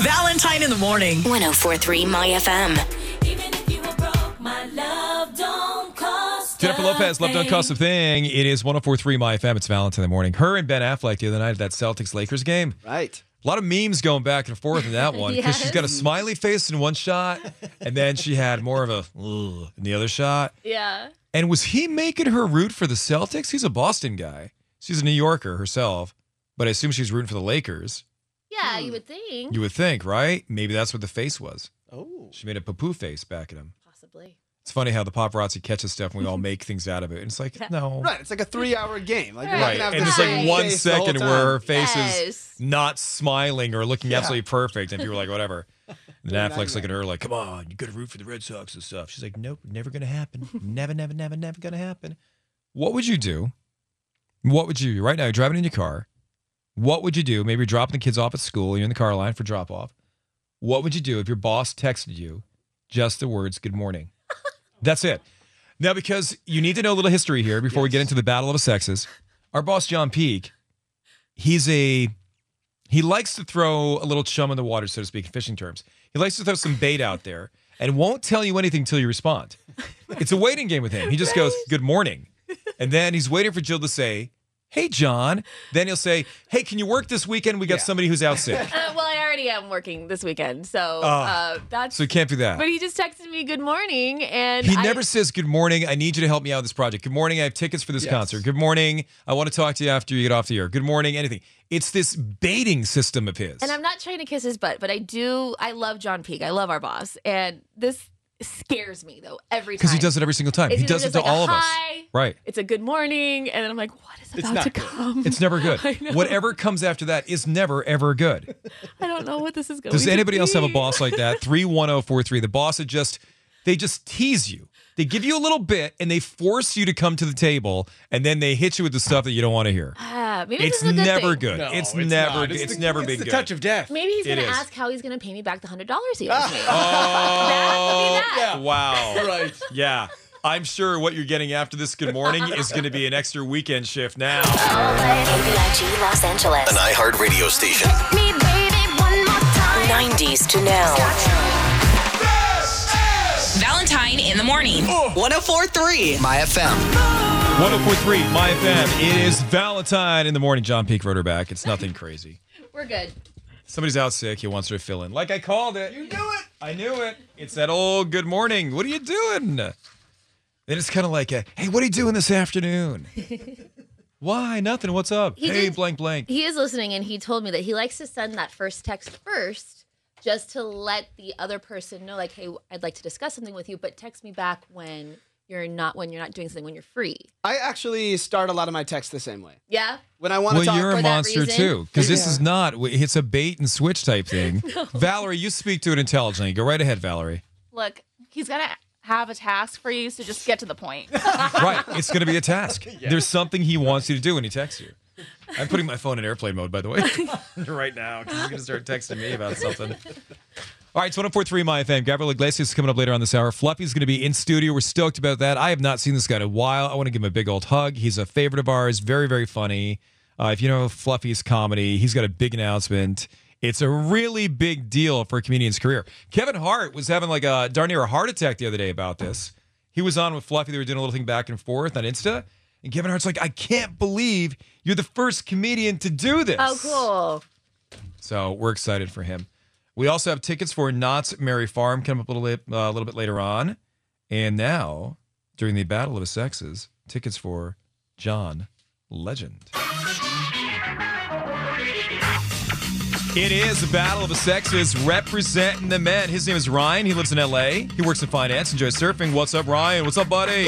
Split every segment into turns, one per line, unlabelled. Valentine in the morning.
1043 My FM.
Even if you were broke, my love don't cost
Jennifer
a
Lopez, Love Don't
thing.
Cost a Thing. It is 1043 My FM. It's Valentine in the morning. Her and Ben Affleck the other night at that Celtics Lakers game.
Right.
A lot of memes going back and forth in that one because she's got a smiley face in one shot, and then she had more of a "Ugh" in the other shot.
Yeah.
And was he making her root for the Celtics? He's a Boston guy. She's a New Yorker herself, but I assume she's rooting for the Lakers.
Yeah, you would think.
Hmm. You would think, right? Maybe that's what the face was.
Oh.
She made a poo face back at him.
Possibly.
It's funny how the paparazzi catches stuff and we all make things out of it. And it's like, no.
Right. It's like a three hour game. Like, you're not
Right.
gonna have
And
the
it's like
same
one
face the whole
second
time.
where her face
Yes.
is not smiling or looking absolutely perfect. And people are like, whatever. And then Affleck's looking at her like, come on, you got to root for the Red Sox and stuff. She's like, nope, never going to happen. never, never, never, never going to happen. What would you do? What would you do? Right now, you're driving in your car. What would you do? Maybe you're dropping the kids off at school. You're in the car line for drop off. What would you do if your boss texted you just the words, good morning? That's it. Now, because you need to know a little history here before we get into the battle of the sexes. Our boss John Peake, he's a he likes to throw a little chum in the water, so to speak, in fishing terms. He likes to throw some bait out there and won't tell you anything till you respond. It's a waiting game with him. He just goes, "Good morning," and then he's waiting for Jill to say, "Hey, John." Then he'll say, "Hey, can you work this weekend? We got somebody who's out sick,
Uh, well, I already am working this weekend, so uh,
Ah.
that's.
so you can't do that."
but he just texted me good morning, and
He
I-
never says, Good morning. I need you to help me out with this project. Good morning. I have tickets for this concert. Good morning. I want to talk to you after you get off the air. Good morning. Anything. It's this baiting system of his.
And I'm not trying to kiss his butt, but I do. I love John Peake. I love our boss, and this scares me though every time
Because he does it every single time.
It's
he
either
does it
just
to
like a
all of us.
hi.
Right.
It's a good morning, and then I'm like, what is about to come?
It's never good.
I know.
Whatever comes after that is never, ever good.
I don't know what this is going.
Does
to
anybody else have a
be.
boss like that? 31043. The boss that just, they just tease you. They give you a little bit and they force you to come to the table and then they hit you with the stuff that you don't want to hear.
Ah, maybe
It's
this is a good
never
thing.
good.
it's
it's, never
not.
good.
It's
It's,
the-
never been
It's the
good.
touch of death.
Maybe he's
It
going to
is.
ask how he's going to pay me back the hundred dollars he owes me.
Oh,
That would be that.
wow.
Right.
Yeah. I'm sure what you're getting after this good morning is going to be an extra weekend shift now.
KPIG Los Angeles.
An iHeart radio station.
90s to now.
Valentine in the morning.
Oh. 1043 My FM.
1043 My FM. It is Valentine in the morning. John Peak wrote her back. It's nothing crazy.
We're good.
Somebody's out sick. He wants her to fill in. Like I called it. You knew it. I knew it. It's that old good morning. What are you doing? Then it's kind of like a, hey, what are you doing this afternoon? Why? Nothing. What's up?
He
hey,
did-
blank, blank.
He is listening, and he told me that he likes to send that first text first, just to let the other person know, like, hey, I'd like to discuss something with you, but text me back when you're not when you're not doing something when you're free.
I actually start a lot of my texts the same way.
Yeah.
When I want
Well,
to talk,
you're a
for that
monster
reason.
too, because this is not. It's a bait and switch type thing. Valerie, you speak to it intelligently. Go right ahead, Valerie.
Look, he's going to have a task for you, so just get to the point.
right, it's going to be a task. There's something he wants you to do when he texts you. I'm putting my phone in airplane mode, by the way, right now. 'cause He's going to start texting me about something. All right, 1043 My FM. Gabriel Iglesias is coming up later on this hour. Fluffy's going to be in studio. We're stoked about that. I have not seen this guy in a while. I want to give him a big old hug. He's a favorite of ours. Very, very funny. Uh, if you know Fluffy's comedy, he's got a big announcement. It's a really big deal for a comedian's career. Kevin Hart was having like a darn near a heart attack the other day about this. He was on with Fluffy. They were doing a little thing back and forth on Insta. And Kevin Hart's like, I can't believe you're the first comedian to do this.
Oh,
So we're excited for him. We also have tickets for Knott's Merry Farm coming up a little, bit, uh, a little bit later on. And now, during the Battle of the Sexes, tickets for John Legend. It is the Battle of the Sexes representing the men. His name is Ryan. He lives in LA. He works in finance, enjoys surfing. What's up, Ryan? What's up, buddy?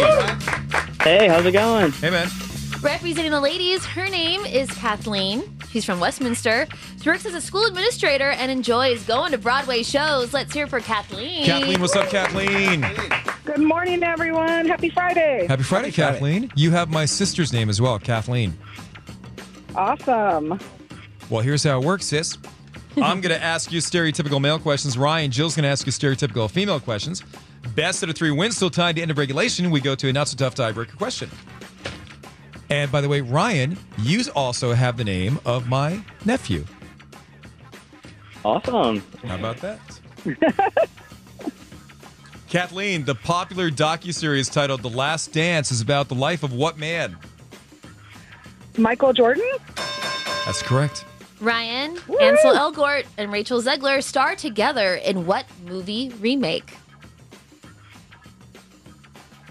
Hey, how's it going?
Hey, man.
cool. Representing the ladies, her name is Kathleen. She's from Westminster. She works as a school administrator and enjoys going to Broadway shows. Let's hear for Kathleen.
Kathleen, what's up, Kathleen?
Good morning, everyone. Happy Friday.
Happy Friday, Kathleen. You have my sister's name as well, Kathleen.
Awesome.
Well, here's how it works, sis. I'm going to ask you stereotypical male questions. Ryan, Jill's going to ask you stereotypical female questions. Best out of three wins, still tied to end of regulation. We go to a not so tough tiebreaker question. And by the way, Ryan, you also have the name of my nephew.
Awesome.
How about that? Kathleen, the popular docuseries titled The Last Dance is about the life of what man?
Michael Jordan?
That's correct.
Ryan, Ansel Elgort, and Rachel Zegler star together in what movie remake?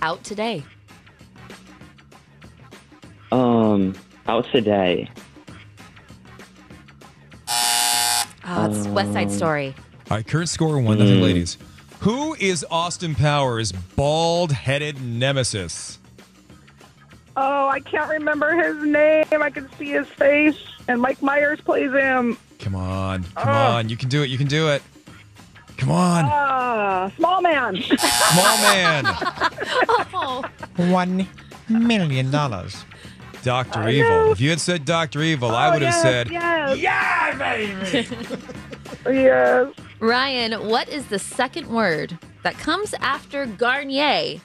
Out today.
Um, out today.
Oh, it's West Side Story.
All right, current score one nothing,
Hmm.
ladies. Who is Austin Powers' bald-headed nemesis?
Oh, I can't remember his name. I can see his face. And Mike Myers plays him.
Come on, come on, you can do it, you can do it. Come on,
Ah, small man.
small man.
oh.
One million dollars. Doctor Evil. If you had said Doctor Evil, I
Oh,
would have said
Oh, Yes.
Yeah, baby.
yes.
Ryan, what is the second word that comes after Garnier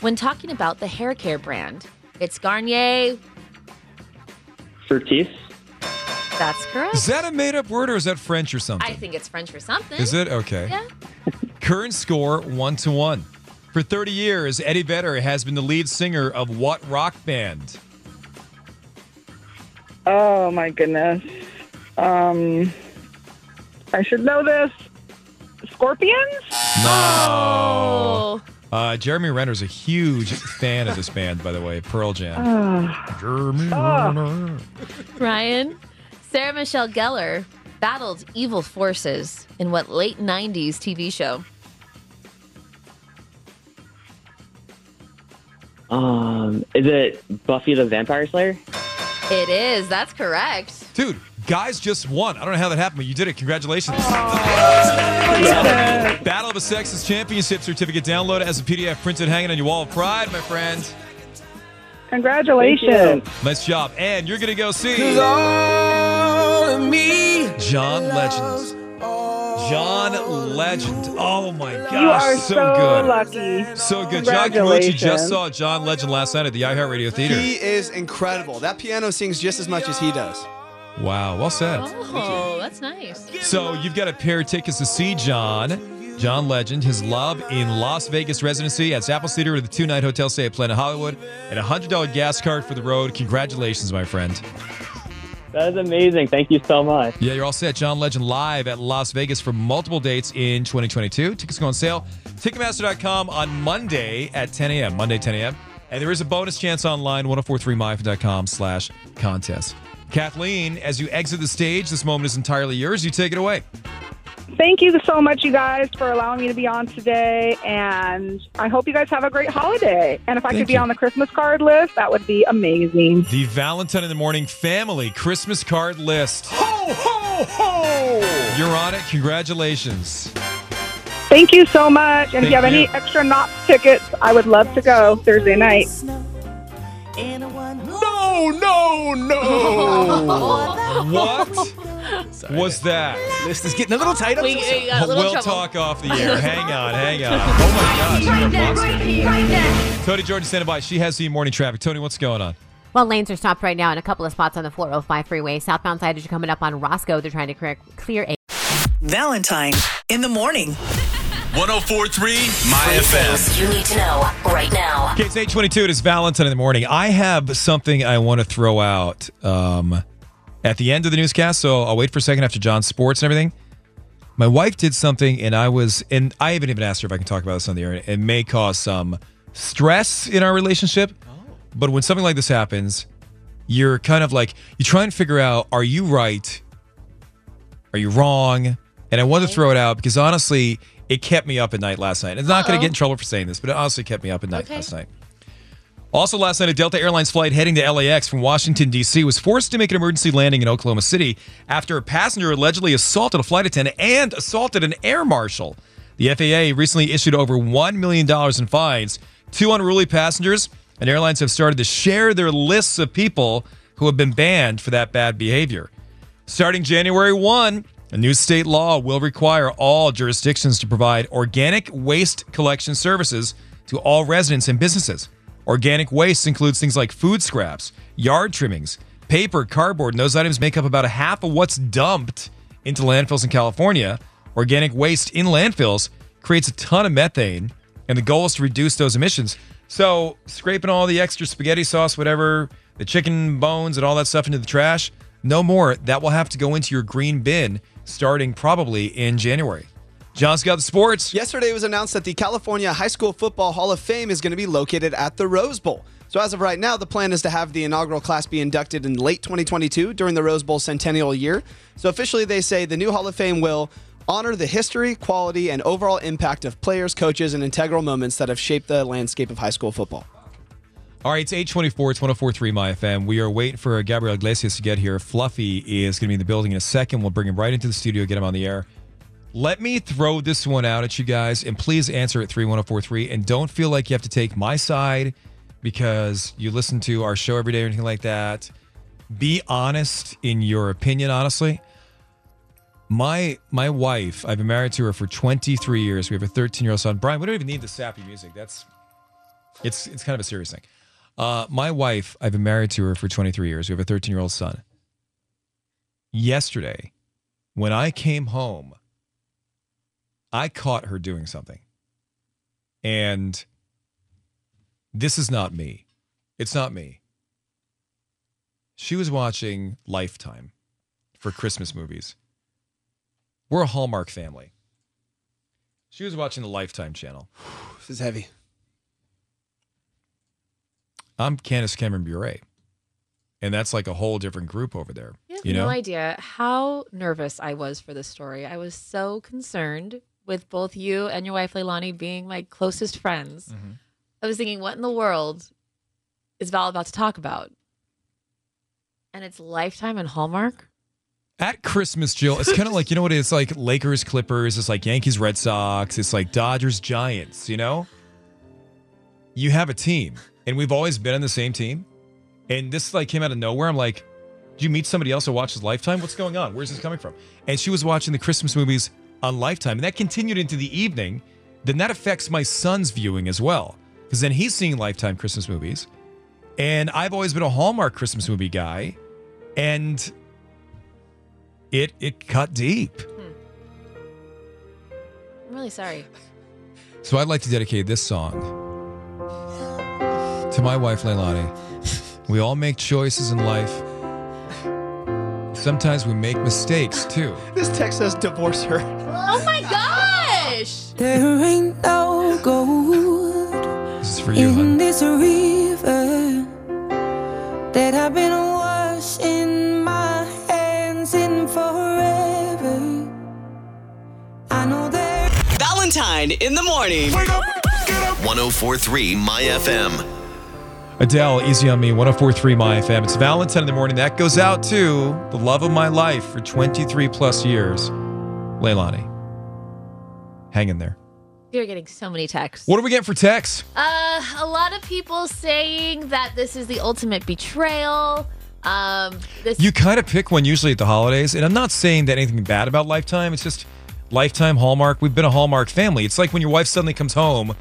when talking about the hair care brand? It's Garnier.
Surtees.
That's correct.
Is that a made-up word or is that French or something?
I think it's French for something.
Is it? Okay.
Yeah.
Current score one to one. For 30 years, Eddie Vedder has been the lead singer of what rock band?
Oh, my goodness. Um, I should know this. Scorpions?
No. Uh, Jeremy Renner's a huge fan of this band, by the way, Pearl Jam. Jeremy Renner.
Ryan, Sarah Michelle Gellar battled evil forces in what late 90s TV show?
Um, is it Buffy the Vampire Slayer?
It is. That's correct.
Dude, guys just won. I don't know how that happened, but you did it. Congratulations. Battle of the Sexes Championship certificate download as a PDF printed hanging on your wall of pride, my friend.
Congratulations.
Nice job. And you're going to go see John Legend. John Legend. Oh my gosh.
You are
so,
so
good.
lucky.
So good. John Carucci just
Congratulations.
saw John Legend last night at the iHeartRadio Theater.
He is incredible. That piano sings just as much as he does.
Wow. Well said.
Oh, that's nice.
So you've got a pair of tickets to see John, John Legend, his love in Las Vegas residency at Zappos Theater with a two-night hotel stay at Planet Hollywood, and a hundred dollar gas card for the road. Congratulations, my friend.
That is amazing. Thank you so much.
Yeah, you're all set. John Legend live at Las Vegas for multiple dates in 2022. Tickets go on sale. Ticketmaster.com on Monday at 10 a.m. Monday, 10 a.m. And there is a bonus chance online, 1043myfm.com slash contest. Kathleen, as you exit the stage, this moment is entirely yours. You take it away.
Thank you so much, you guys, for allowing me to be on today. And I hope you guys have a great holiday. And if I could be on the Christmas card list, that would be amazing.
The Valentine in the Morning Family Christmas card list.
Ho, ho, ho!
You're on it. Congratulations.
Thank you so much. And if
Thank
you have any
you.
extra Knox tickets, I would love to go Thursday night.
No
No, no, no. what was that?
This is getting a little tight. We-
We,
we got a little
will
trouble.
talk off the air. Hang on, hang on. Oh my gosh.
Right there,
Monster.
right here, right there.
Tony Jordan standing by. She has the morning traffic. Tony, what's going on?
Well, lanes are stopped right now in a couple of spots on the 405 freeway. Southbound side as you're coming up on Roscoe, they're trying to clear, clear a.
Valentine in the morning.
1043 My FM.
You need to know right now.
Okay, it's 822. It is Valentine in the morning. I have something I want to throw out um, at the end of the newscast, so I'll wait for a second after John's sports and everything. My wife did something, and I was, and I haven't even asked her if I can talk about this on the air. It may cause some stress in our relationship, but when something like this happens, you're kind of like, you try and figure out, are you right? Are you wrong? And I wanted to throw it out because honestly, it kept me up at night last night. It's not going to
Uh-oh.
get in trouble for saying this, but it honestly kept me up at night
Okay.
last night. Also, last night, a Delta Airlines flight heading to LAX from Washington, D.C. was forced to make an emergency landing in Oklahoma City after a passenger allegedly assaulted a flight attendant and assaulted an air marshal. The FAA recently issued over $1 million in fines. Two unruly passengers and airlines have started to share their lists of people who have been banned for that bad behavior. Starting January 1, a new state law will require all jurisdictions to provide organic waste collection services to all residents and businesses. Organic waste includes things like food scraps, yard trimmings, paper, cardboard, and those items make up about a half of what's dumped into landfills in California. Organic waste in landfills creates a ton of methane, and the goal is to reduce those emissions. So, scraping all the extra spaghetti sauce, whatever, the chicken bones, and all that stuff into the trash, no more. That will have to go into your green bin starting probably in January. John's got the sports.
Yesterday, it was announced that the California High School Football Hall of Fame is going to be located at the Rose Bowl. So, as of right now, the plan is to have the inaugural class be inducted in late 2022 during the Rose Bowl centennial year. So, officially, they say the new Hall of Fame will honor the history, quality, and overall impact of players, coaches, and integral moments that have shaped the landscape of high school football.
All right, it's 824, it's 1043 My FM. We are waiting for Gabriel Iglesias to get here. Fluffy is going to be in the building in a second. We'll bring him right into the studio, get him on the air. Let me throw this one out at you guys, and please answer at 31043. And don't feel like you have to take my side because you listen to our show every day or anything like that. Be honest in your opinion, honestly. My my wife, I've been married to her for 23 years. We have a 13 year old son. Brian, we don't even need the sappy music. That's it's it's kind of a serious thing. Uh, my wife, I've been married to her for 23 years. We have a 13 year old son. Yesterday, when I came home, I caught her doing something, and this is not me. It's not me. She was watching Lifetime for Christmas movies. We're a Hallmark family. She was watching the Lifetime channel.
This is heavy.
I'm Candace Cameron Bure. And that's like a whole different group over there.
You have
you know?
no idea how nervous I was for this story. I was so concerned with both you and your wife Leilani being my closest friends. I was thinking, what in the world is Val about to talk about? And it's Lifetime and Hallmark.
At Christmas, Jill, it's kind of like, you know what? It's like Lakers, Clippers, it's like Yankees, Red Sox, it's like Dodgers, Giants, you know? You have a team, and we've always been on the same team. And this like came out of nowhere. I'm like, do you meet somebody else who watches Lifetime? What's going on? Where's this coming from? And she was watching the Christmas movies on Lifetime, and that continued into the evening. Then that affects my son's viewing as well, because then he's seeing Lifetime Christmas movies. And I've always been a Hallmark Christmas movie guy, and it it cut deep.
I'm really sorry.
So I'd like to dedicate this song to my wife, Leilani. We all make choices in life. Sometimes we make mistakes too.
This text says divorce her.
Oh my gosh!
There ain't no gold
This is for you,
in
hun.
this river that I've been washing my hands in forever. I know there.
Valentine in the morning. 1043 My FM.
Adele, Easy on Me, 1043 My FM. It's Valentine in the morning. That goes out to the love of my life for 23 plus years, Leilani. Hang in there.
We are getting so many texts.
What do we get for text?
Uh, a lot of people saying that this is the ultimate betrayal. Um, this
You kind of pick one usually at the holidays, and I'm not saying that anything bad about Lifetime. It's just Lifetime Hallmark. We've been a Hallmark family. It's like when your wife suddenly comes home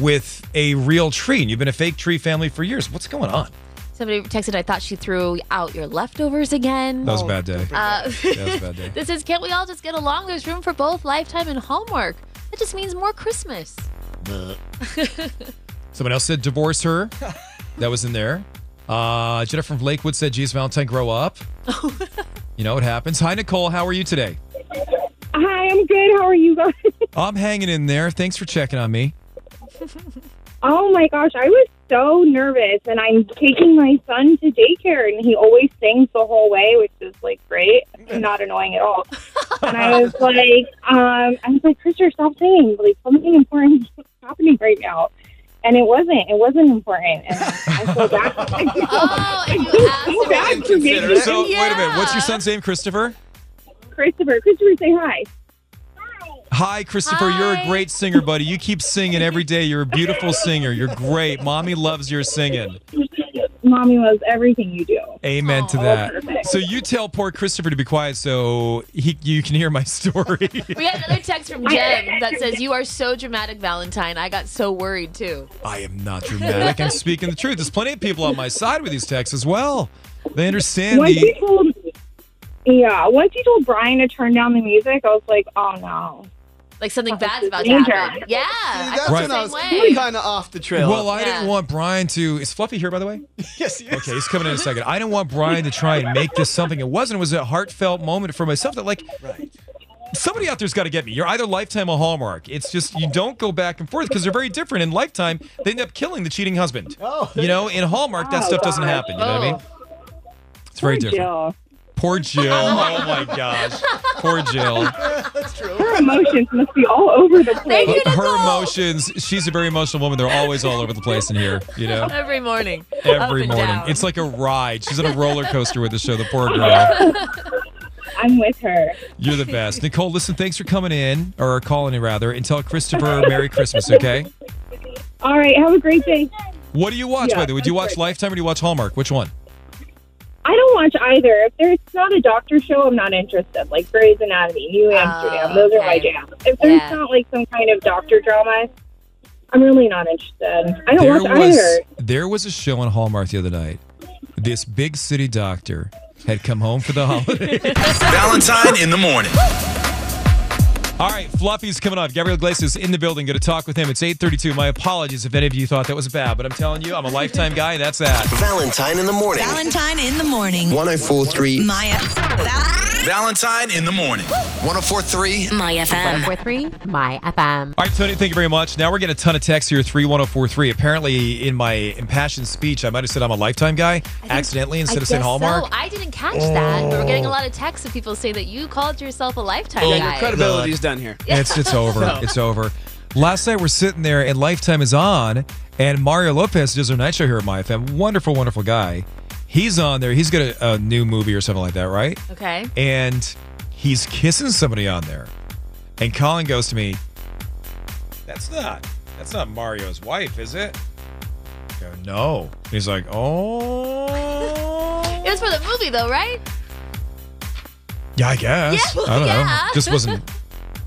with a real tree, and you've been a fake tree family for years. What's going on?
somebody texted. I thought she threw out your leftovers again.
That was a bad day.
Uh,
Oh, That was a bad day.
this is can't we all just get along? There's room for both Lifetime and Hallmark. That just means more Christmas.
Bleh. Someone else said divorce her. That was in there. Uh, Jennifer from Lakewood said, "Geez, Valentine, grow up." you know it happens. Hi, Nicole. How are you today?
Hi, I'm good. How are you guys?
I'm hanging in there. Thanks for checking on me.
Oh my gosh, I was so nervous, and I'm taking my son to daycare, and he always sings the whole way, which is like great, and not annoying at all. And I was like, um, I was like, Christopher, stop singing. Like something important is happening right now, and it wasn't. It wasn't important. And I feel bad. oh, and you asked for me.
So wait a minute. What's your son's name? Christopher.
Christopher, Christopher, say hi.
Hi, Christopher. You're a great singer, buddy. You keep singing every day. You're a beautiful singer. You're great. Mommy loves your singing.
Mommy loves everything you do.
Amen to that.
perfect.
So you tell poor Christopher to be quiet so he you can hear my story.
We had another text from Jen that says, "You are so dramatic, Valentine. I got so worried too."
I am not dramatic. I'm speaking the truth. There's plenty of people on my side with these texts as well. They understand
once you
the.
told, yeah, once you told Brian to turn down the music, I was like, oh no,
like something bad's about
danger.
to happen. Yeah, I
That's
felt
when
the
I
same
was
way.
kind of off the trail.
Well, I didn't want Brian to. Is Fluffy here, by the way? yes, he is. Okay, he's coming in a second. I didn't want Brian to try and make this something it wasn't. It was a heartfelt moment for myself that, like, somebody out there's got to get me. You're either Lifetime or Hallmark. It's just you don't go back and forth because they're very different. In Lifetime, they end up killing the cheating husband. Oh, you know, in Hallmark, that
Oh,
stuff doesn't
gosh.
happen. You know what I mean? It's very
Oh. Poor
different.
Jill.
Poor Jill. Oh my gosh. Poor Jill.
Her emotions must be all over the place.
her emotions. She's a very emotional woman. They're always all over the place in here. You know,
every morning. Up
every
and
morning.
down. Oh,
It's like a ride. She's on a roller coaster with the show. The poor girl.
I'm with her.
You're the best, Nicole. Listen, thanks for coming in or calling in rather, and tell Christopher Merry Christmas. Okay.
All right, have a great day.
What do you watch,
Yeah,
by the way? Do you
that's
watch Lifetime or do you watch Hallmark? Which one?
I don't watch either. If there's not a doctor show, I'm not interested. Like Grey's Anatomy, New Amsterdam, those are my
Ah, okay.
jam. If there's
Yeah.
not like some kind of doctor drama, I'm really not interested. I don't
there
watch
was
either.
there was a show on Hallmark the other night. This big city doctor had come home for the holidays.
Valentine in the morning.
All right, Fluffy's coming up. Gabriel Iglesias in the building. Going to talk with him. It's 8:32. My apologies if any of you thought that was bad, but I'm telling you, I'm a lifetime guy, and that's that.
Valentine in the morning.
Valentine in the morning.
1043.
Maya.
Valentine in the morning. 1043.
My FM. 1043, My FM.
All right, Tony, thank you very much. Now we're getting a ton of texts here. 31043. Apparently, in my impassioned speech, I might have said I'm a lifetime guy accidentally instead
I
of saying
guess
Hallmark.
So. I didn't catch that, but we're getting a lot of texts of people saying that you called yourself a
Oh,
lifetime
Yeah,
guy.
your credibility's done here.
It's it's over.
No.
It's over. Last night we're sitting there and Lifetime is on, and Mario Lopez does our night show here at MyFM. Wonderful, wonderful guy. He's on there. He's got a, a new movie or something like that, right?
Okay.
And he's kissing somebody on there. And Colin goes to me, That's not that's not Mario's wife, is it? I go, no. And he's like, Oh
It was for the movie though, right?
Yeah, I guess.
Yeah,
I don't
yeah.
know. Just wasn't.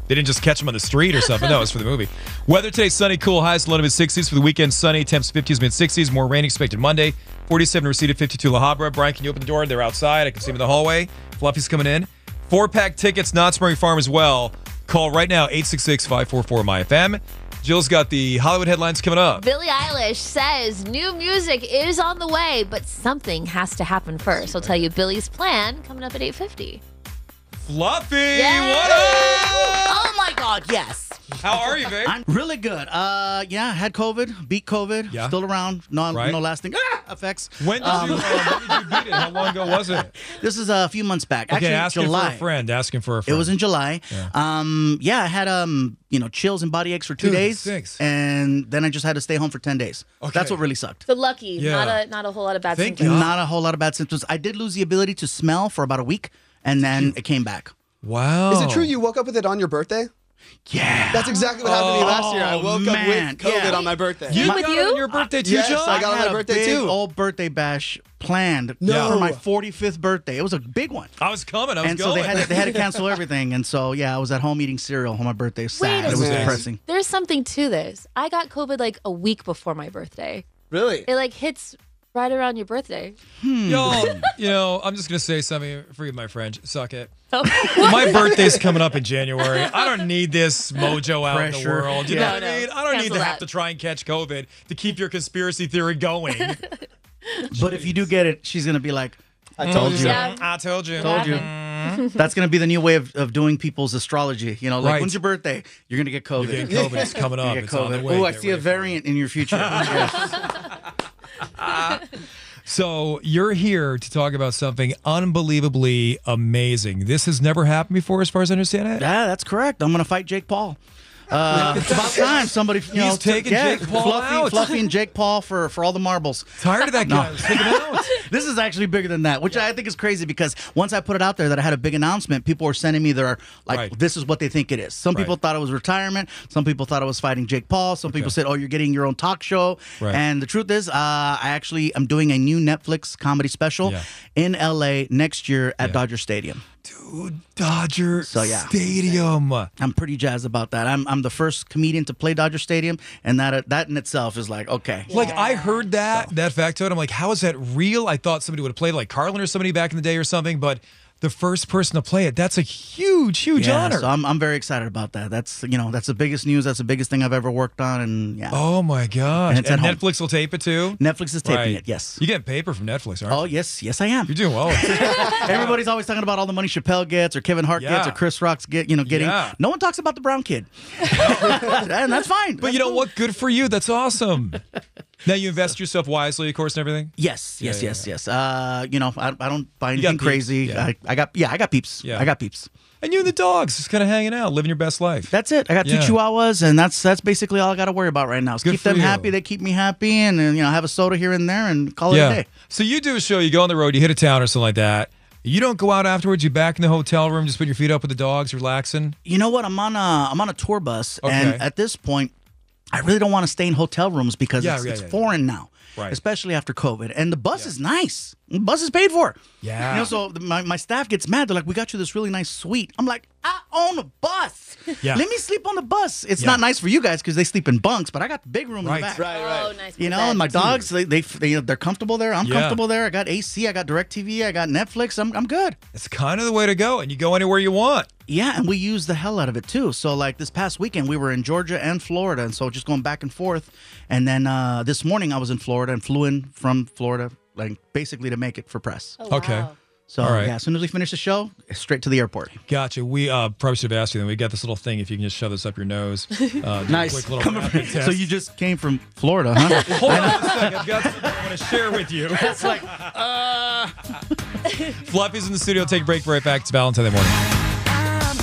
They didn't just catch him on the street or something. No, it was for the movie. Weather today: sunny, cool, highs low to mid 60s for the weekend. Sunny, temps 50s, mid 60s. More rain expected Monday. 47 receded, 52 La Habra. Brian, can you open the door? They're outside. I can see them in the hallway. Fluffy's coming in. Four pack tickets, Knott's Murray Farm as well. Call right now 866-544-MyFM. Jill's got the Hollywood headlines coming up.
Billie Eilish says new music is on the way, but something has to happen first. I'll tell you Billie's plan coming up at 8:50.
Fluffy,
Yay!
what up?
Oh my God, yes.
How are you, babe?
I'm really good. Uh, yeah, had COVID, beat COVID, still around, no,
Right.
no lasting ah, effects.
When did, you, uh, when did you beat it? How long ago was it?
This is a few months back.
Okay,
Actually,
asking
July.
for a friend. Asking for a
It
friend.
was in July. Yeah. Um, yeah, I had um, you know, chills and body aches for two
Dude,
days,
six.
and then I just had to stay home for ten days. That's what really sucked.
So lucky,
Yeah.
not a not a whole lot of bad symptoms.
Not a whole lot of bad symptoms. I did lose the ability to smell for about a week, and then it came back.
Wow.
Is it true you woke up with it on your birthday?
Yeah.
That's exactly what happened to me last year. I
Oh,
woke
man,
up with COVID
yeah.
on my birthday. Uh,
You With got it on
your birthday
Yes,
too, John?
I got
I
on
had
my
a
birthday
big
too. Old birthday bash planned
No.
for my 45th birthday. It was a big one.
I was coming. I was
and
going.
so they had, to, they had to cancel everything. And so yeah, I was at home eating cereal on my birthday. Sad.
a
it was
second.
depressing.
There's something to this. I got COVID like a week before my birthday.
Really?
It like hits right around your birthday.
Hmm.
Hmm. Y'all, you know, I'm just gonna say something. Forgive my French. Suck it.
Oh.
my birthday's coming up in January. I don't need this mojo out in the
Pressure.
world. You
Yeah.
know what
No,
I
no.
mean? I don't need to
Cancel
have
that.
to try and catch COVID to keep your conspiracy theory going.
But if you do get it, she's gonna be like, I told you.
Mm, I told you. Mm-hmm.
Told you. That's gonna be the new way of, of doing people's astrology. You know, like
Right.
when's your birthday? You're gonna get COVID.
You're getting COVID. It's coming up. It's on the way.
Oh, I
Get
see a
ready
variant in your future. Yes.
So you're here to talk about something unbelievably amazing. This has never happened before, as far as I understand it.
Yeah, that's correct. I'm gonna fight Jake Paul. Uh, it's about time somebody. You
He's
know,
taking
yeah,
Jake Paul
Fluffy,
out.
Fluffy, and Jake Paul for for all the marbles.
Tired of that guy.
this is actually bigger than that, which I think is crazy because once I put it out there that I had a big announcement, people were sending me their like, this is what they think it is. Some people thought it was retirement. Some people thought it was fighting Jake Paul. Some people said, oh, you're getting your own talk show.
Right.
And the truth is, uh, I actually am doing a new Netflix comedy special in LA next year at Dodger Stadium.
Dodger
So yeah,
Stadium.
I'm pretty jazzed about that. I'm I'm the first comedian to play Dodger Stadium, and that that in itself is like okay.
Like I heard that that factoid. I'm like, how is that real? I thought somebody would have played like Carlin or somebody back in the day or something, but the first person to play it, that's a huge, huge
yeah,
honor.
So I'm I'm very excited about that. That's you know that's the biggest news. That's the biggest thing I've ever worked on, and yeah.
oh my
And
gosh. And,
it's at home.
Netflix will tape it too.
Netflix is taping
Right.
it. Yes.
You getting paper from Netflix, aren't
Oh
you?
yes, yes I am.
You're doing well.
Everybody's always talking about all the money Chappelle gets, or Kevin Hart gets,
Yeah.
or Chris Rock's get. You know, getting.
Yeah.
No one talks about the brown kid, and that's fine.
But you know what? Good for you. That's awesome. now you invest yourself wisely, of course, and everything.
Yes, yes,
yeah,
yes, yes. Uh, you know, I, I don't buy
You got
anything
peeps,
crazy.
yeah.
I, I got yeah, I got peeps.
Yeah.
I got peeps.
And you and the dogs, just kind of hanging out, living your best life.
That's it. I got
Yeah.
two chihuahuas, and that's that's basically all I got to worry about right now. Is
Good
keep
for
them
you.
happy. They keep me happy, and, and you know, have a soda here and there, and call it a day.
So you do a show, you go on the road, you hit a town or something like that. You don't go out afterwards. You back in the hotel room, just put your feet up with the dogs, relaxing.
You know what? I'm on a I'm on a tour bus,
Okay.
and at this point, I really don't want to stay in hotel rooms because
Yeah,
it's,
yeah,
it's
yeah, yeah.
foreign now,
Right.
especially after COVID. And the bus is nice. The bus is paid for.
Yeah.
You know, so the- my, my staff gets mad. They're like, "We got you this really nice suite." I'm like, "I own a bus.
Yeah.
Let me sleep on the bus. It's
Yeah.
not nice for you guys because they sleep in bunks, but I got the big room
Right.
in the back.
Right, right.
You know, and my dogs, they, they, they, they're comfortable there. I'm
Yeah.
comfortable there. I got AC, I got DirecTV, I got Netflix. I'm, I'm good.
It's kind of the way to go, and you go anywhere you want.
Yeah, and we use the hell out of it too. So, like this past weekend, we were in Georgia and Florida. And so, just going back and forth. And then uh, this morning, I was in Florida and flew in from Florida, like basically to make it for press.
Oh,
Okay.
So,
All right.
yeah, as soon as we finish the show, straight to the airport.
Gotcha. We uh, probably should have asked you. Then we got this little thing. If you can just shove this up your nose. Uh, do a
Nice.
Quick little
Come
rapid
over-
test.
so, you just came from Florida, huh?
Hold on a second. I've got something I want to share with you.
It's like,
uh... Fluffy's in the studio. Take a break. Be Right back. It's Valentine's morning.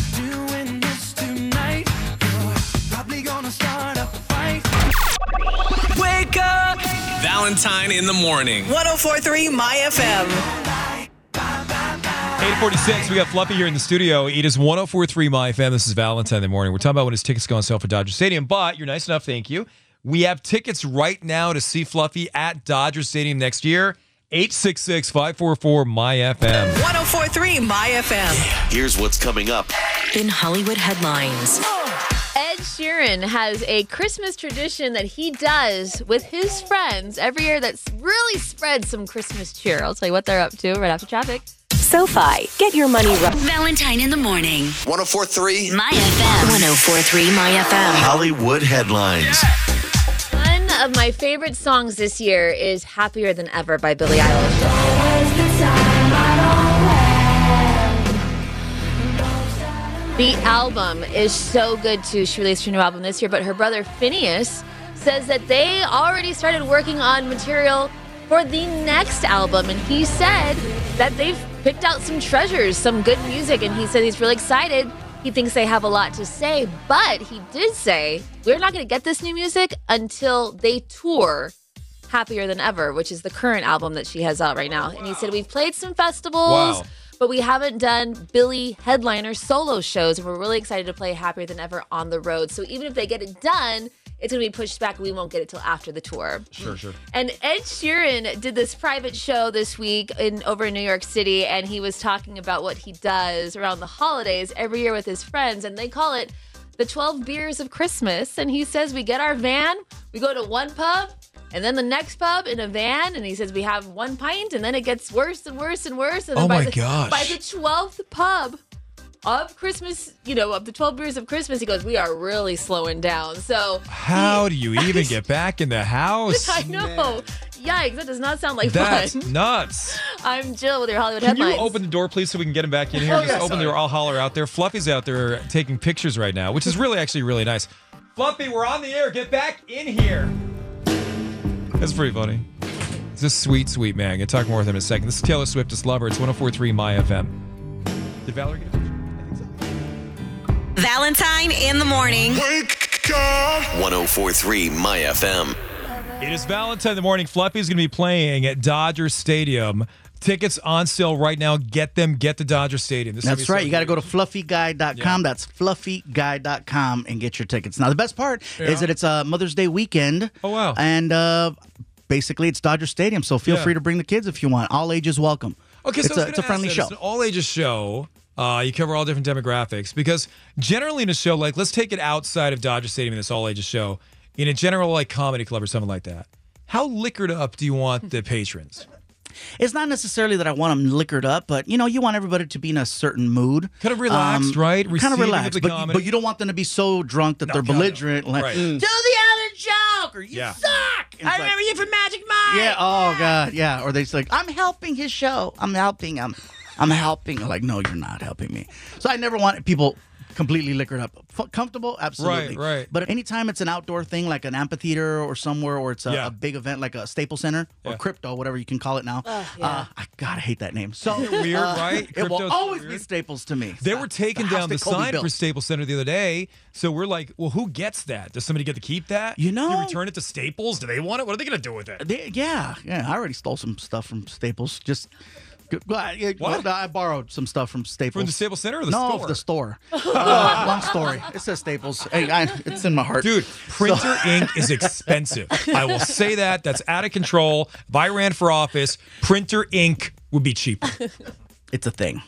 Wake up!
Valentine in the morning.
1043 My FM.
846, we got Fluffy here in the studio. It is 1043 My Fan. This is Valentine in the morning. We're talking about when his tickets go on sale for Dodger Stadium, but you're nice enough, thank you. We have tickets right now to see Fluffy at Dodger Stadium next year. 866 544 My FM.
1043 My FM.
Here's what's coming up.
In Hollywood headlines.
Ed Sheeran has a Christmas tradition that he does with his friends every year that's really spread some Christmas cheer. I'll tell you what they're up to right after traffic.
SoFi, get your money right. Valentine in the morning.
1043
My FM. 1043 My FM.
Hollywood headlines.
One of my favorite songs this year is Happier Than Ever by Billie Eilish. The album is so good too. She released her new album this year, but her brother Phineas says that they already started working on material for the next album. And he said that they've picked out some treasures, some good music, and he said he's really excited. He thinks they have a lot to say, but he did say, We're not going to get this new music until they tour Happier Than Ever, which is the current album that she has out right now. And he said, We've played some festivals.
Wow.
But but we haven't done Billy headliner solo shows, and we're really excited to play Happier Than Ever on the road. So even if they get it done, it's going to be pushed back. We won't get it till after the tour.
Sure, sure.
And Ed Sheeran did this private show this week in over in New York City, and he was talking about what he does around the holidays every year with his friends, and they call it the 12 beers of Christmas. And he says we get our van, we go to one pub, and then the next pub in a van, and he says we have one pint, and then it gets worse and worse and worse. And then
Oh
by
my
the,
gosh.
by the 12th pub, of Christmas, you know, of the 12 beers of Christmas, he goes, We are really slowing down. So
How do you even get back in the house?
I know. Yikes, that does not sound like
That's
fun.
nuts.
I'm Jill with your Hollywood
Can you
headlines.
open the door, please, so we can get him back in here?
Oh,
Just
yeah,
open the
sorry.
door. I'll holler out there. Fluffy's out there taking pictures right now, which is really actually really nice. Fluffy, we're on the air. Get back in here. That's pretty funny. It's a sweet, sweet man. Gonna talk more with him in a second. This is Taylor Swift, just lover. It's 1043 My FM. Did Valerie get a picture?
Valentine in the morning. Wake up.
1043 My FM.
It is Valentine in the morning. Fluffy's going to be playing at Dodger Stadium. Tickets on sale right now. Get them. Get to Dodger Stadium. This is gonna
That's
be
right.
so
You got to
great.
go to fluffyguy.com.
Yeah.
That's fluffyguy.com and get your tickets. Now, the best part
Yeah.
is that it's uh, Mother's Day weekend. Oh, wow. And uh, basically, it's Dodger Stadium. So feel
Yeah.
free to bring the kids if you want. All ages welcome.
Okay, so
it's,
I was
a,
gonna
it's a
ask
friendly
that.
show.
It's an all ages show. Uh, you cover all different demographics because generally in a show like let's take it outside of Dodger Stadium in this all ages show in a general like comedy club or something like that. How liquored up do you want the patrons?
It's not necessarily that I want them liquored up, but you know, you want everybody to be in a certain mood, kind
of relaxed, right?
kind
Receiving
of relaxed,
the
but,
comedy.
but you don't want them to be so drunk that they're belligerent. Like,
Right.
Do
"Mm,
the other joke or you
Yeah.
suck. I
like-
remember you from Magic Mike.
yeah, oh god, yeah. Or they just like, I'm helping his show. I'm helping. I'm, I'm helping. like, no, you're not helping me. So I never want people completely liquored up. F- comfortable, absolutely,
Right, right.
But anytime it's an outdoor thing like an amphitheater or somewhere, or it's a,
Yeah.
a big event like a Staples Center or
Yeah.
Crypto, whatever you can call it now. uh, I gotta hate that name. So
Isn't it weird,
uh,
right?
It will
Crypto's
always
weird.
be Staples to me.
They were taking
the house
down
that
the
Kobe
sign for
built.
Staples Center the other day, so we're like, well, who gets that? Does somebody get to keep that?
You know-
do you return it to Staples? Do they want it? What are they going to do with it?
They- yeah, yeah. I already stole some stuff from Staples. Just go- go- I- yeah,
What?
well, I borrowed some stuff from Staples.
From the Staples Center or the
no,
store?
the store. Uh, long story. It says Staples. Hey, I, it's in my heart,
Dude, printer ink is expensive. I will say that. That's out of control. If I ran for office, printer ink would be cheaper.
It's a thing.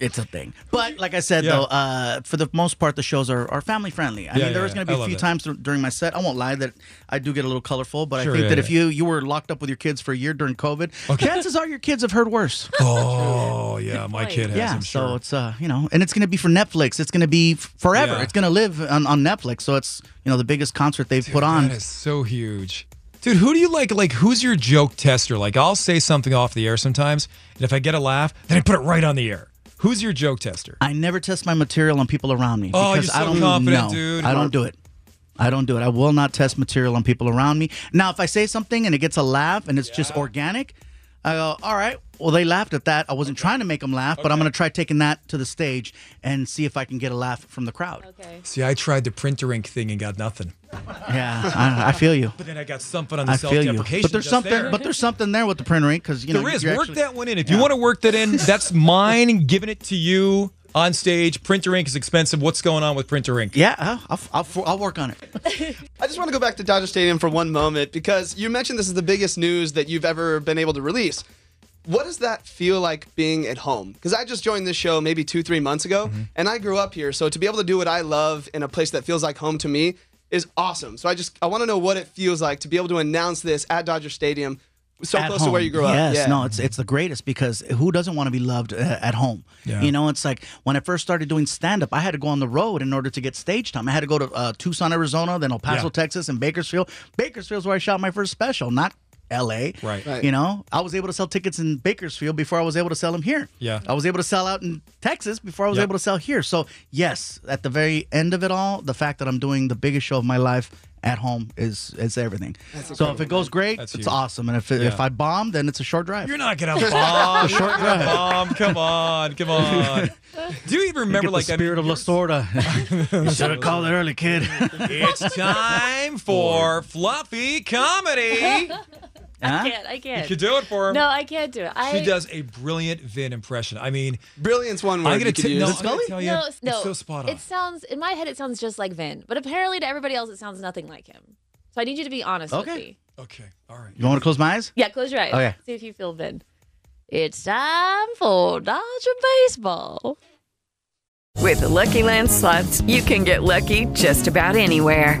It's a thing. But like I said though, uh, for the most part, the shows are, are family friendly. I
Yeah,
mean, there
yeah,
was going to
yeah.
be
I
a
love
few
that.
times dur- during my set. I won't lie that I do get a little colorful, but
Sure,
I think
yeah,
that
yeah.
if you you were locked up with your kids for a year during COVID, chances are your kids have heard worse.
Oh yeah, my kid has.
yeah,
I'm
so
sure.
it's uh, you know, and it's gonna be for Netflix. It's gonna be f- forever.
Yeah.
It's gonna live on, on Netflix. So it's you know the biggest concert they've put on.
That is so huge. Dude, who do you like? Like, who's your joke tester? Like, I'll say something off the air sometimes, and if I get a laugh, then I put it right on the air. Who's your joke tester?
I never test my material on people around me
Oh,
because
you're so
I don't
confident,
know.
dude.
I don't do it. I don't do it. I will not test material on people around me. Now, if I say something and it gets a laugh and it's just organic, I go, all right. Well, they laughed at that. I wasn't trying to make them laugh, but I'm going to try taking that to the stage and see if I can get a laugh from the crowd.
See, I tried the printer ink thing and got nothing.
Yeah, I, I feel you.
But then I got something on the
I feel you.
self-deprecation.
But there's
just
something.
there.
But there's something there with the printer ink because you know
there is.
you're
Work
actually-
that one in. If you want to work that in, that's mine. Giving it to you on stage. Printer ink is expensive. What's going on with printer ink?
Yeah, I'll, I'll, I'll work on it.
I just want to go back to Dodger Stadium for one moment because you mentioned this is the biggest news that you've ever been able to release. What does that feel like being at home? Because I just joined this show maybe two, three months ago,
Mm-hmm.
and I grew up here. So to be able to do what I love in a place that feels like home to me is awesome. So I just I want to know what it feels like to be able to announce this at Dodger Stadium, so
at
close to
home.
where you grew up.
Yes,
Yeah.
no, it's it's the greatest because who doesn't want to be loved uh, at home?
Yeah.
You know, it's like when I first started doing stand up, I had to go on the road in order to get stage time. I had to go to uh, Tucson, Arizona, then El Paso,
Yeah.
Texas, and Bakersfield. Bakersfield's where I shot my first special, not LA.
Right. Right.
You know, I was able to sell tickets in Bakersfield before I was able to sell them here.
Yeah.
I was able to sell out in Texas before I was
Yep.
able to sell here. So, yes, at the very end of it all, the fact that I'm doing the biggest show of my life at home is is everything. so if it goes great,
That's
it's
huge.
awesome. And if it, if
Yeah.
I bomb, then it's a short drive.
You're not gonna bomb.
It's a
You're
short
not gonna
drive.
bomb. Come on, come on. Do you even remember
Get
like
the
I mean,
spirit of Lasorda. you should have called it early, kid.
it's time for fluffy comedy? Huh?
I can't. I can't.
could do it for him.
No, I can't do it. I,
She does a brilliant Vin impression. I mean,
brilliant's one
I'm
word
gonna
you could
t-
use.
no,
Is it
I'm gonna
Scully?
tell you,
No, no.
it's so spot on.
It sounds in my head. It sounds just like Vin, but apparently to everybody else, it sounds nothing like him. So I need you to be honest with
Okay.
me.
Okay. All right.
You want me to close my eyes?
Yeah, close your eyes.
Okay.
See if you feel Vin. It's time for Dodger Baseball.
With the Lucky Land slots, you can get lucky just about anywhere.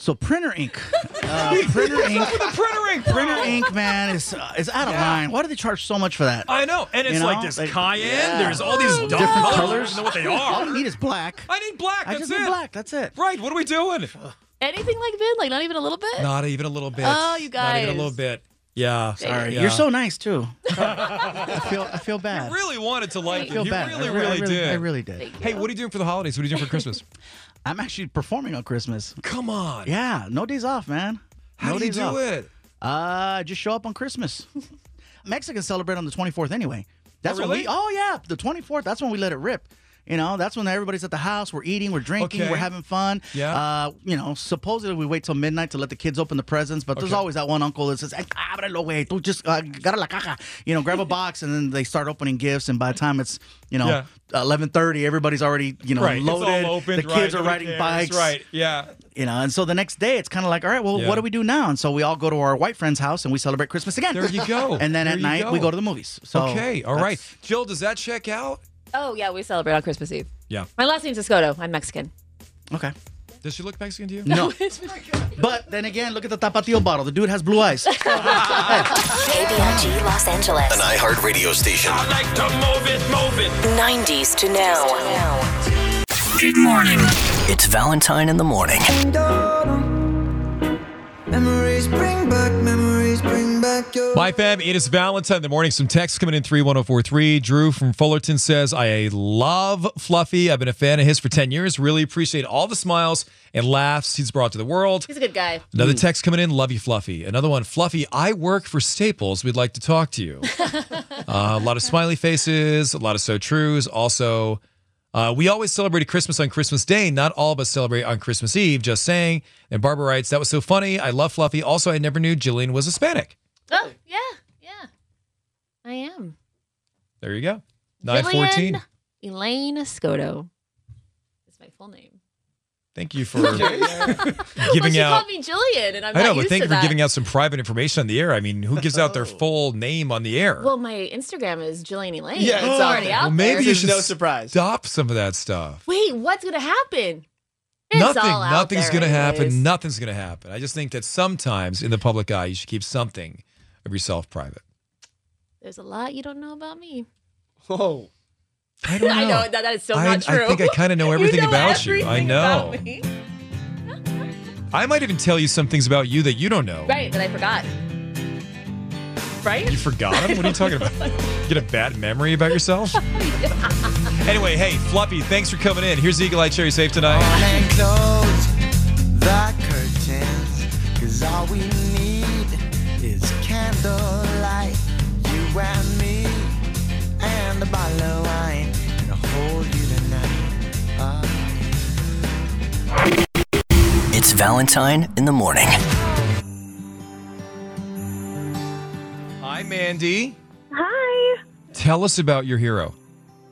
So printer ink, uh, printer ink,
printer ink,
printer ink, man is uh, is out of
Yeah.
line. Why do they charge so much for that?
I know, and it's
You know,
like this
like-
cayenne.
Yeah.
There's all these
Different
dark
colors.
colors. I don't even know what they
All
are.
you need is black.
I need black.
I
That's
just
it.
need black. That's it.
Right. What are we doing?
Anything like Vin? Like not even a little bit?
Not even a little bit.
Oh, you
Not even a
guys.
little bit. Yeah.
Sorry,
Yeah.
you're so nice too. I feel I feel bad.
really wanted to like
I
it.
feel
You
bad.
really,
I
really,
I
did.
I really did.
Hey, what are you doing for the holidays? What are you doing for Christmas?
I'm actually performing on Christmas.
Come on.
Yeah, no days off, man.
How
no
do you
days
do
off.
it?
Uh, just show up on Christmas. Mexicans celebrate on the 24th anyway. That's when
really?
we. Oh yeah, the 24th. That's when we let it rip. You know, that's when everybody's at the house. We're eating, we're drinking,
Okay.
we're having fun.
Yeah.
Uh, you know, supposedly we wait till midnight to let the kids open the presents, but there's
Okay.
always that one uncle that says, "Hey, "Ábrelo, güey. Tú just uh, agarra la caja." You know, grab a box, and then they start opening gifts, and by the time it's you know
Yeah.
11:30, everybody's already you know
right.
loaded.
It's all opened,
the kids
right?
are
Nobody
riding
cares.
bikes
Right. Yeah.
you know and so the next day it's kind of like all right well
Yeah.
what do we do now and so we all go to our white friend's house and we celebrate christmas again
There you go.
and then
There
at
you
night
go.
we go to the movies so
okay. All
that's-
right. Jill, does that check out?
Oh yeah, we celebrate on Christmas Eve.
Yeah.
My last name's Escoto. I'm Mexican.
okay
Does she look Mexican to you?
no but then again look at the tapatio bottle the dude has blue eyes
KBLG Los Angeles.
An iHeartRadio station. I like to move it, move it.
90s to now.
Good morning. It's Valentine in the morning.
And autumn. Memories bring back, memories bring back your.
Bye, fam. It is Valentine in the morning. Some texts coming in 31043. Drew from Fullerton says, I love Fluffy. I've been a fan of his for 10 years. Really appreciate all the smiles and laughs he's brought to the world.
He's a good guy.
Another text coming in, love you, Fluffy. Another one, Fluffy, I work for Staples. We'd like to talk to you. uh, a lot of smiley faces, a lot of so trues. Also, uh, we always celebrated Christmas on Christmas Day. Not all of us celebrate on Christmas Eve, just saying. And Barbara writes, that was so funny. I love Fluffy. Also, I never knew Jillian was Hispanic.
Oh yeah, yeah. I am.
There you go.
Jillian
914.
Elaine Escoto. That's my full name.
Thank you for
well,
giving
she
out.
called me Jillian, and I'm
I know,
not
but
used
thank
to
you for
that. Oh.
giving out some private information on the air. I mean, who gives out their full name on the air?
Well, my Instagram is Jillian Elaine.
Yeah, it's out
already
there.
out
Well, maybe
there.
you should stop some of that stuff.
Wait, what's gonna happen? It's
Nothing.
all out
nothing's
there
gonna
anyways.
happen. Nothing's gonna happen. I just think that sometimes in the public eye, you should keep something of yourself private.
There's a lot you don't know about me.
Whoa.
I don't know.
I know that, that is so
I-
not
I
true.
think I kinda know
You
everything about you.
everything
I know.
about me.
I might even tell you some things about you that you don't know.
Right, that I forgot. Right?
You forgot them? What are you talking about? Get a bad memory about yourself? anyway, hey, Fluffy, thanks for coming in. Here's Eagle Eye Cherry Safe tonight.
And close the curtains, cause all we need is candlelight. You and me, and a bottle of wine, and I'll hold you tonight. Uh,
It's Valentine in the morning.
Hi, Mandy.
Hi.
Tell us about your hero.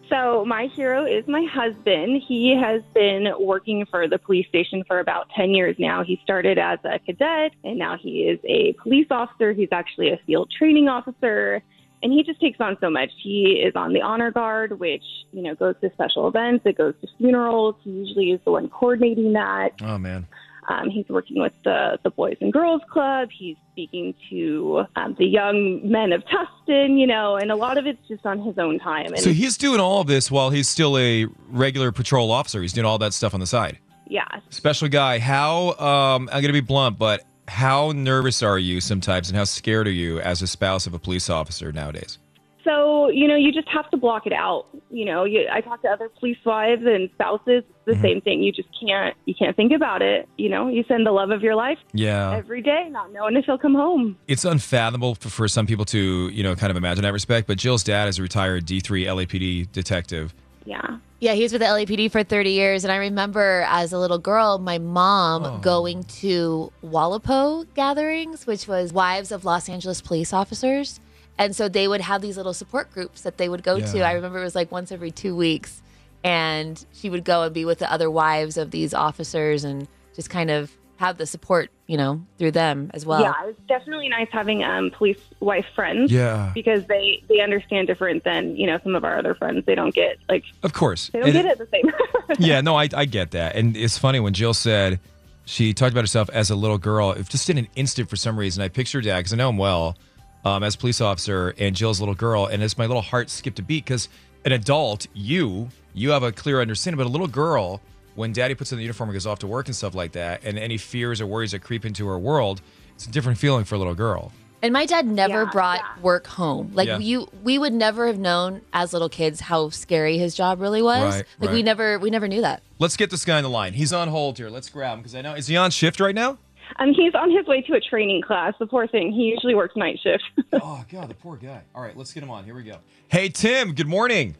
So, my hero is my husband. He has been working for the police station for about 10 years now. He started as a cadet and now he is a police officer. He's actually a field training officer and he just takes on so much. He is on the honor guard, which, you know, goes to special events, it goes to funerals. He usually is the one coordinating that.
Oh, man.
Um, he's working with the, the Boys and Girls Club. He's speaking to um, the young men of Tustin, you know, and a lot of it's just on his own time. And
So he's doing all of this while he's still a regular patrol officer. He's doing all that stuff on the side.
yeah,
Special guy. How, um, I'm going to be blunt, but how nervous are you sometimes and how scared are you as a spouse of a police officer nowadays?
So, you know, you just have to block it out. You know, you, I talk to other police wives and spouses, the
Mm-hmm.
same thing. You just can't, you can't think about it. You know, you send the love of your life
Yeah.
every day, not knowing if he'll come home.
It's unfathomable for, for some people to, you know, kind of imagine that respect. But Jill's dad is a retired D3 LAPD detective.
Yeah.
Yeah, he was with the LAPD for 30 years. And I remember as a little girl, my mom
Oh.
going to Wallapo gatherings, which was wives of Los Angeles police officers. And so they would have these little support groups that they would go to.
Yeah.
I remember it was like once every two weeks. And she would go and be with the other wives of these officers and just kind of have the support, you know, through them as well.
Yeah, it's definitely nice having um, police wife friends.
Yeah.
Because they they understand different than you know some of our other friends. They don't get like
Of course.
they don't
And-
get it the same.
yeah, no, I, I get that. And it's funny when Jill said she talked about herself as a little girl, it just in an instant for some reason. I pictured dad because I know him well um, as a police officer and Jill's a little girl. And it's my little heart skipped a beat because an adult, you, you have a clear understanding, but a little girl, when daddy puts on the uniform and goes off to work and stuff like that, and any fears or worries that creep into her world, it's a different feeling for a little girl.
And my dad never brought work home. Like
Yeah.
you we would never have known as little kids how scary his job really was.
Right,
like we
right.
never we never knew that.
Let's get this guy on the line. He's on hold here. Let's grab him because I know. Is he on shift right now?
um, he's on his way to a training class. The poor thing. He usually works night shift.
oh God, the poor guy. All right, let's get him on. Here we go. Hey, Tim, good morning.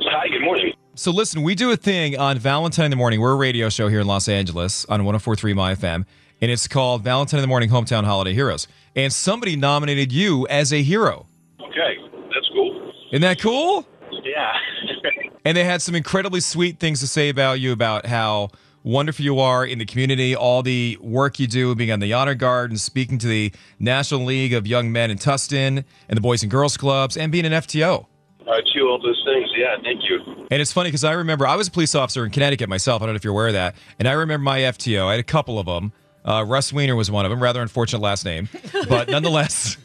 Hi, good morning.
So, listen, we do a thing on Valentine in the Morning. We're a radio show here in Los Angeles on 1043 My FM, and it's called Valentine in the Morning Hometown Holiday Heroes. And somebody nominated you as a hero.
Okay, that's cool.
Isn't that cool?
Yeah.
And they had some incredibly sweet things to say about you about how wonderful you are in the community, all the work you do, being on the honor guard and speaking to the National League of Young Men in Tustin and the Boys and Girls Clubs and being an FTO.
I chew all those things. Yeah, thank you.
And it's funny because I remember I was a police officer in Connecticut myself. I don't know if you're aware of that. And I remember my FTO. I had a couple of them. Uh, Russ Wiener was one of them. Rather unfortunate last name, but nonetheless,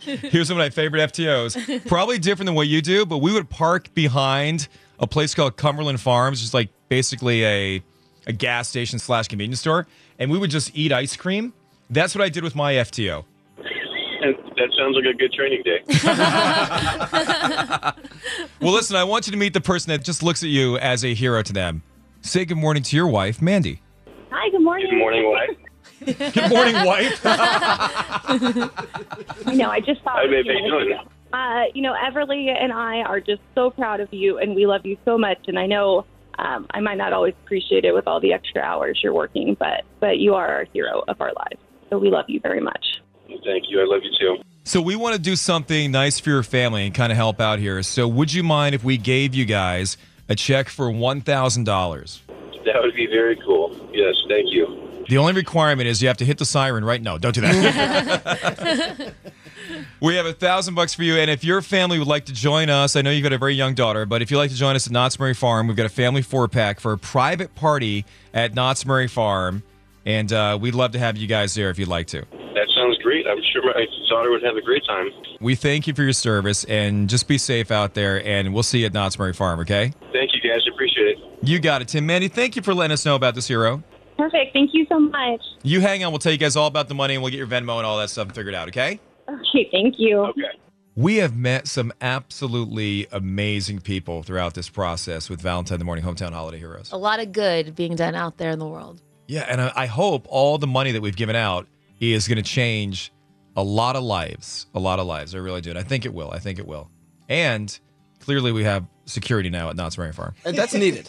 he was one of my favorite FTOs. Probably different than what you do, but we would park behind a place called Cumberland Farms, just like basically a a gas station slash convenience store, and we would just eat ice cream. That's what I did with my FTO.
That sounds like a good training day.
Well, listen, I want you to meet the person that just looks at you as a hero to them. Say good morning to your wife, Mandy.
Hi. Good morning.
Good morning, wife.
Good morning, wife.
I know. I just thought.
Hi, babe.
you
How you
know,
doing?
Uh, you know, Everly and I are just so proud of you, and we love you so much. And I know um, I might not always appreciate it with all the extra hours you're working, but but you are our hero of our lives, so we love you very much.
Thank you. I love you too.
So we want to do something nice for your family and kind of help out here. So would you mind if we gave you guys a check for one thousand dollars?
That would be very cool. Yes, thank you.
The only requirement is you have to hit the siren right now. Don't do that. we have a thousand bucks for you, and if your family would like to join us, I know you've got a very young daughter, but if you'd like to join us at Knott's Murray Farm, we've got a family four pack for a private party at Knott's Murray Farm, and uh, we'd love to have you guys there if you'd like to.
That sounds great. I'm sure my daughter would have a great time.
We thank you for your service, and just be safe out there, and we'll see you at Knott's Murray Farm. Okay.
Thank you, guys. Appreciate it.
You got it, Tim. Mandy, thank you for letting us know about this hero.
Perfect. Thank you so much.
You hang on. We'll tell you guys all about the money and we'll get your Venmo and all that stuff figured out, okay?
Okay. Thank you.
Okay.
We have met some absolutely amazing people throughout this process with Valentine the Morning Hometown Holiday Heroes.
A lot of good being done out there in the world.
Yeah, and I, I hope all the money that we've given out is going to change a lot of lives. A lot of lives. I really do. And I think it will. I think it will. And clearly we have security now at Knott's Berry Farm.
And that's needed.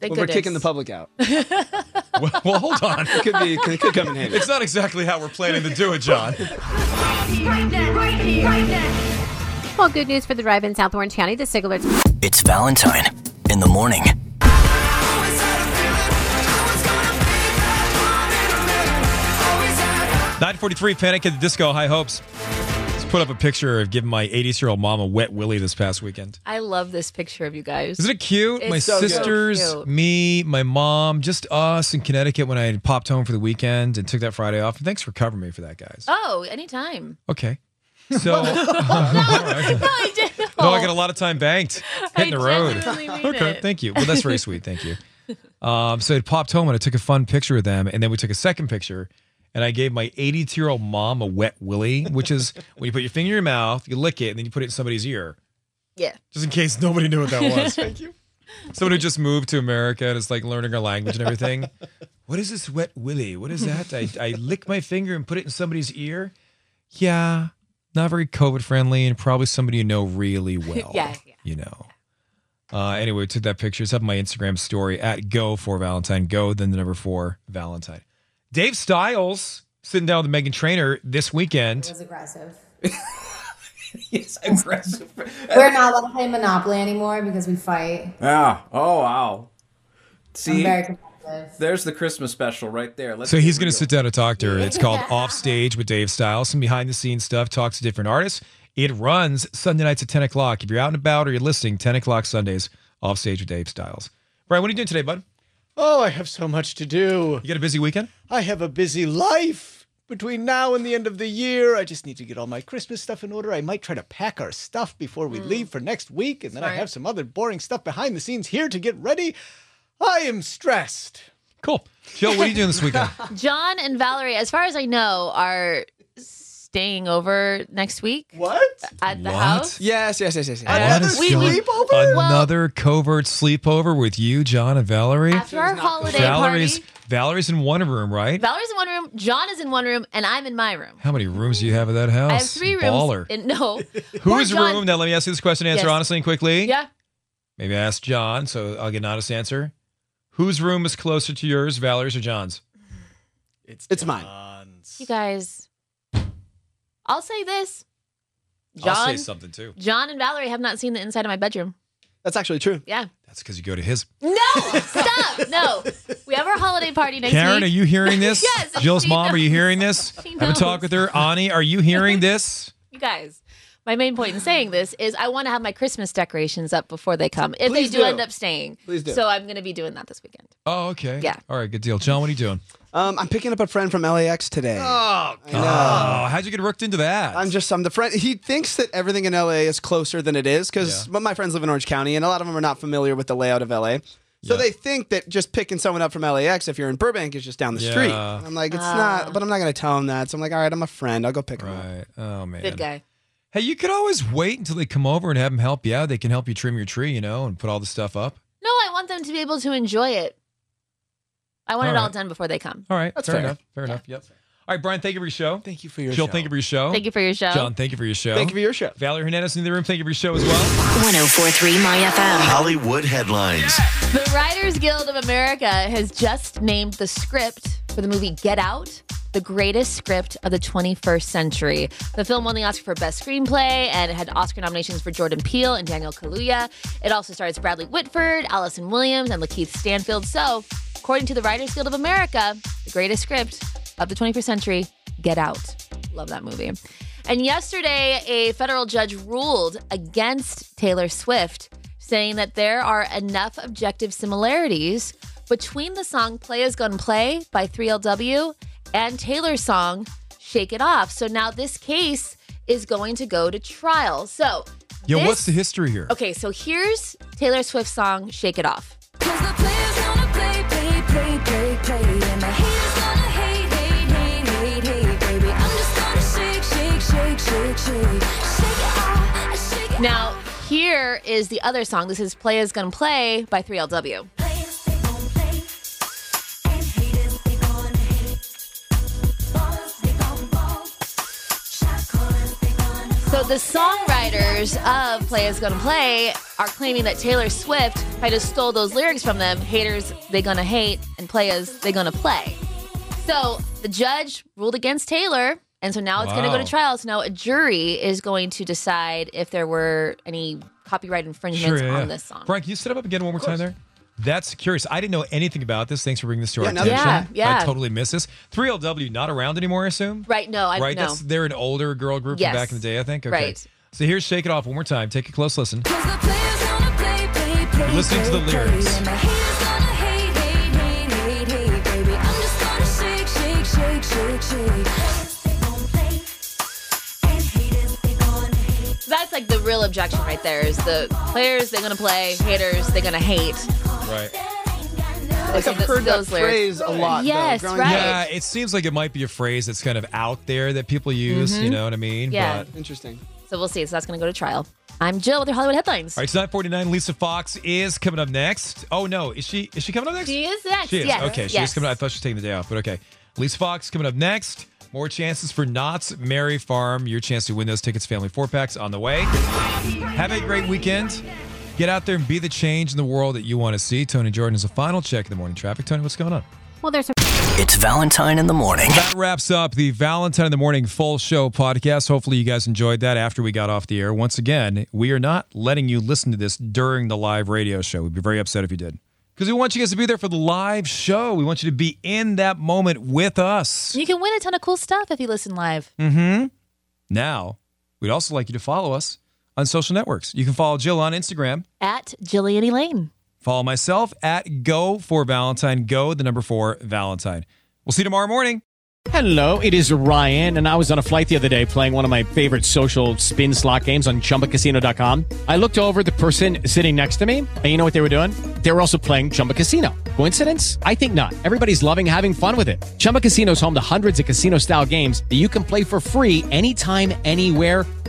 Thank
When we're kicking the
goodness.
public out.
well, hold on. It
could be. It could come in handy.
It's not exactly how we're planning to do it, John.
Well, good news for the drive in South Orange County. The Sigler.
It's Valentine in the morning.
Nine forty-three, Panic at the Disco, High Hopes. Let's put up a picture of giving my 80-year-old mom a wet willy this past weekend.
I love this picture of you guys.
Isn't it cute?
It's
my
so
sisters,
cute.
me, my mom, just us in Connecticut when I had popped home for the weekend and took that Friday off. And thanks for covering me for that, guys.
Oh, anytime.
Okay.
No,
So
I did.
No, I got a lot of time banked. Hitting
Oh. I
the road.
genuinely mean
okay,
it.
thank you. Well, that's very sweet. Thank you. Um, so it popped home and I took a fun picture of them, and then we took a second picture, and I gave my 82 year old mom a wet willy, which is when you put your finger in your mouth, you lick it, and then you put it in somebody's ear,
Yeah.
just in case nobody knew what that was.
you.
Someone who just moved to America and is like learning our language and everything. what is this wet willy? What is that? I, I lick my finger and put it in somebody's ear. Yeah, not very COVID friendly, and probably somebody you know really well.
Yeah, yeah.
You know. Uh, anyway, we took that picture. It's up on my Instagram story at go for Valentine. Go, then the number four, Valentine. Dave Styles sitting down with Megan Trainer this weekend.
was aggressive.
Yes, aggressive.
We're not allowed to play Monopoly anymore because we fight.
Yeah. Oh
ah.
wow. See,
very competitive.
there's the Christmas special right there. Let's
so
get
he's going
real.
to sit down and talk to her. It's called Offstage with Dave Styles. Some behind the scenes stuff, talks to different artists. It runs Sunday nights at 10 o'clock. If you're out and about or you're listening, 10 o'clock Sundays, Offstage with Dave Styles. Brian, what are you doing today, bud?
Oh, I have so much to do.
You got a busy weekend?
I have a busy life. Between now and the end of the year, I just need to get all my Christmas stuff in order. I might try to pack our stuff before
Hmm.
we leave for next week, and then I
Smart.
have some other boring stuff behind the scenes here to get ready. I am stressed.
Cool. Jill, what are you doing this weekend?
John and Valerie, as far as I know, are staying over next week.
What?
At the
What?
house.
Yes, yes, yes, yes. yes.
What is going- Another covert sleepover with you, John, and Valerie.
After our holiday
Valerie's
party.
Valerie's in one room, right?
Valerie's in one room, John is in one room, and I'm in my room.
How many rooms do you have at that house?
I have three rooms.
Baller.
And no. Poor
Whose
John.
room? Now let me ask you this question. Answer
Yes.
honestly and quickly.
Yeah.
Maybe ask John, so I'll get an honest answer. Whose room is closer to yours, Valerie's or John's?
It's
it's mine.
You guys, I'll say this. John,
I'll say something too.
John and Valerie have not seen the inside of my bedroom.
That's actually true.
Yeah.
That's because you go to his.
No, stop. No. We have our holiday party next
Karen,
week.
are you hearing this?
Yes,
Jill's
she
mom, are you
knows.
hearing this?
She
Have a talk
knows.
with her. Ani, are you hearing this?
You guys, my main point in saying this is I want to have my Christmas decorations up before they come. If
Please
they do,
do.
end up staying.
Please do.
So I'm going to be doing that this weekend.
Oh, okay.
Yeah.
All right, good deal. John, what are you doing?
Um, I'm picking up a friend from LAX today.
Oh,
I know.
how'd you get rooked into that?
I'm just I'm the friend. He thinks that everything in LA is closer than it is because my friends live in Orange County and a lot of them are not familiar with the layout of LA. So they think that just picking someone up from LAX if you're in Burbank is just down the street.
Yeah.
I'm like, it's not, but I'm not going to tell him that. So I'm like, all right, I'm a friend. I'll go pick him
up. Oh man.
Good guy.
Hey, you could always wait until they come over and have them help you out. They can help you trim your tree, you know, and put all the stuff up.
No, I want them to be able to enjoy it. I want
All
it all
right.
done before they come.
All right.
That's
fair
fair.
enough. Fair enough. Yep. All right, Brian, thank you for your show.
Thank you for your
Jill,
show.
thank you for your show.
Thank you for your show.
John, thank you for your show.
Thank you for your show.
Valerie Hernandez in the room, thank you for your show as well.
1043 My FM.
Hollywood headlines.
The Writers Guild of America has just named the script for the movie Get Out the greatest script of the 21st century. The film won the Oscar for Best Screenplay and it had Oscar nominations for Jordan Peele and Daniel Kaluuya. It also stars Bradley Whitford, Allison Williams, and Lakeith Stanfield. So, according to the Writers Guild of America, the greatest script of the 21st century, Get Out. Love that movie. And yesterday, a federal judge ruled against Taylor Swift saying that there are enough objective similarities between the song Play Is Gone Play by 3LW and Taylor's song Shake It Off. So now this case is going to go to trial. So,
Yo,
this-
what's the history here?
Okay, so here's Taylor Swift's song Shake It Off.
Play, play, play, play, play. And the haters gonna hate, hate, hate, hate, hate, baby. I'm just gonna shake, shake, shake, shake, shake. Shake it off, shake it
Now, here is the other song. This is Play Is Gonna Play by 3LW. So the songwriters of Play Is Gonna Play are claiming that Taylor Swift kind of stole those lyrics from them. Haters, they gonna hate, and players, they gonna play. So the judge ruled against Taylor, and so now it's gonna go
Wow.
to trial. So now a jury is going to decide if there were any copyright infringements
yeah,
on
yeah.
this song.
Brian, can you set it up again one more time there? That's curious. I didn't know anything about this. Thanks for bringing this to our
Yeah, now that-
attention.
Yeah, yeah.
I totally missed this. 3LW not around anymore, I assume.
Right? No, Oh, I
right?
know.
That's they're an older girl group
Yes.
from back in the day, I think. Okay.
Right.
So here's Shake It Off one more time. Take a close listen.
Play, play, play,
You're listening to the
play, play.
lyrics.
And the haters gonna hate, hate, hate, hate, hate, baby. I'm just gonna shake, shake, shake, shake, shake.
That's like the real objection right there is the players, they're gonna play, haters, they're gonna hate.
Right.
Netflix.
I've
Those-
heard that
those lyrics.
phrase a lot, though,
Yes,
growing
right.
Yeah, it seems like it might be a phrase that's kind of out there that people use. You
Mhm.
know what I mean?
Yeah.
But,
Interesting.
So we'll see. So that's going to go to trial. I'm Jill with your Hollywood headlines.
all right, it's 949. Lisa Fox is coming up next. Oh, no. Is she is she coming up next?
She is next.
She is.
Yes.
Okay, she's
Yes.
coming up. I thought she was taking the day off, but okay. Lisa Fox coming up next. More chances for Knott's Merry Farm. Your chance to win those tickets, family four packs on the way. Have a great weekend. Get out there and be the change in the world that you want to see. Tony Jordan is a final check in the morning traffic. Tony, what's going on?
Well, there's some.
It's Valentine in the morning.
That wraps up the Valentine in the Morning full show podcast. Hopefully, you guys enjoyed that after we got off the air. Once again, we are not letting you listen to this during the live radio show. We'd be very upset if you did. Because we want you guys to be there for the live show. We want you to be in that moment with us.
You can win a ton of cool stuff if you listen live.
Mm-hmm. Now, we'd also like you to follow us on social networks. You can follow Jill on Instagram.
At Jillian Elaine.
Follow myself at Go for Valentine. Go the number four Valentine. We'll see you tomorrow morning.
Hello, it is Ryan, and I was on a flight the other day playing one of my favorite social spin slot games on chumbacasino.com. I looked over at the person sitting next to me, and you know what they were doing? They were also playing Chumba Casino. Coincidence? I think not. Everybody's loving having fun with it. Chumba Casino is home to hundreds of casino style games that you can play for free anytime, anywhere,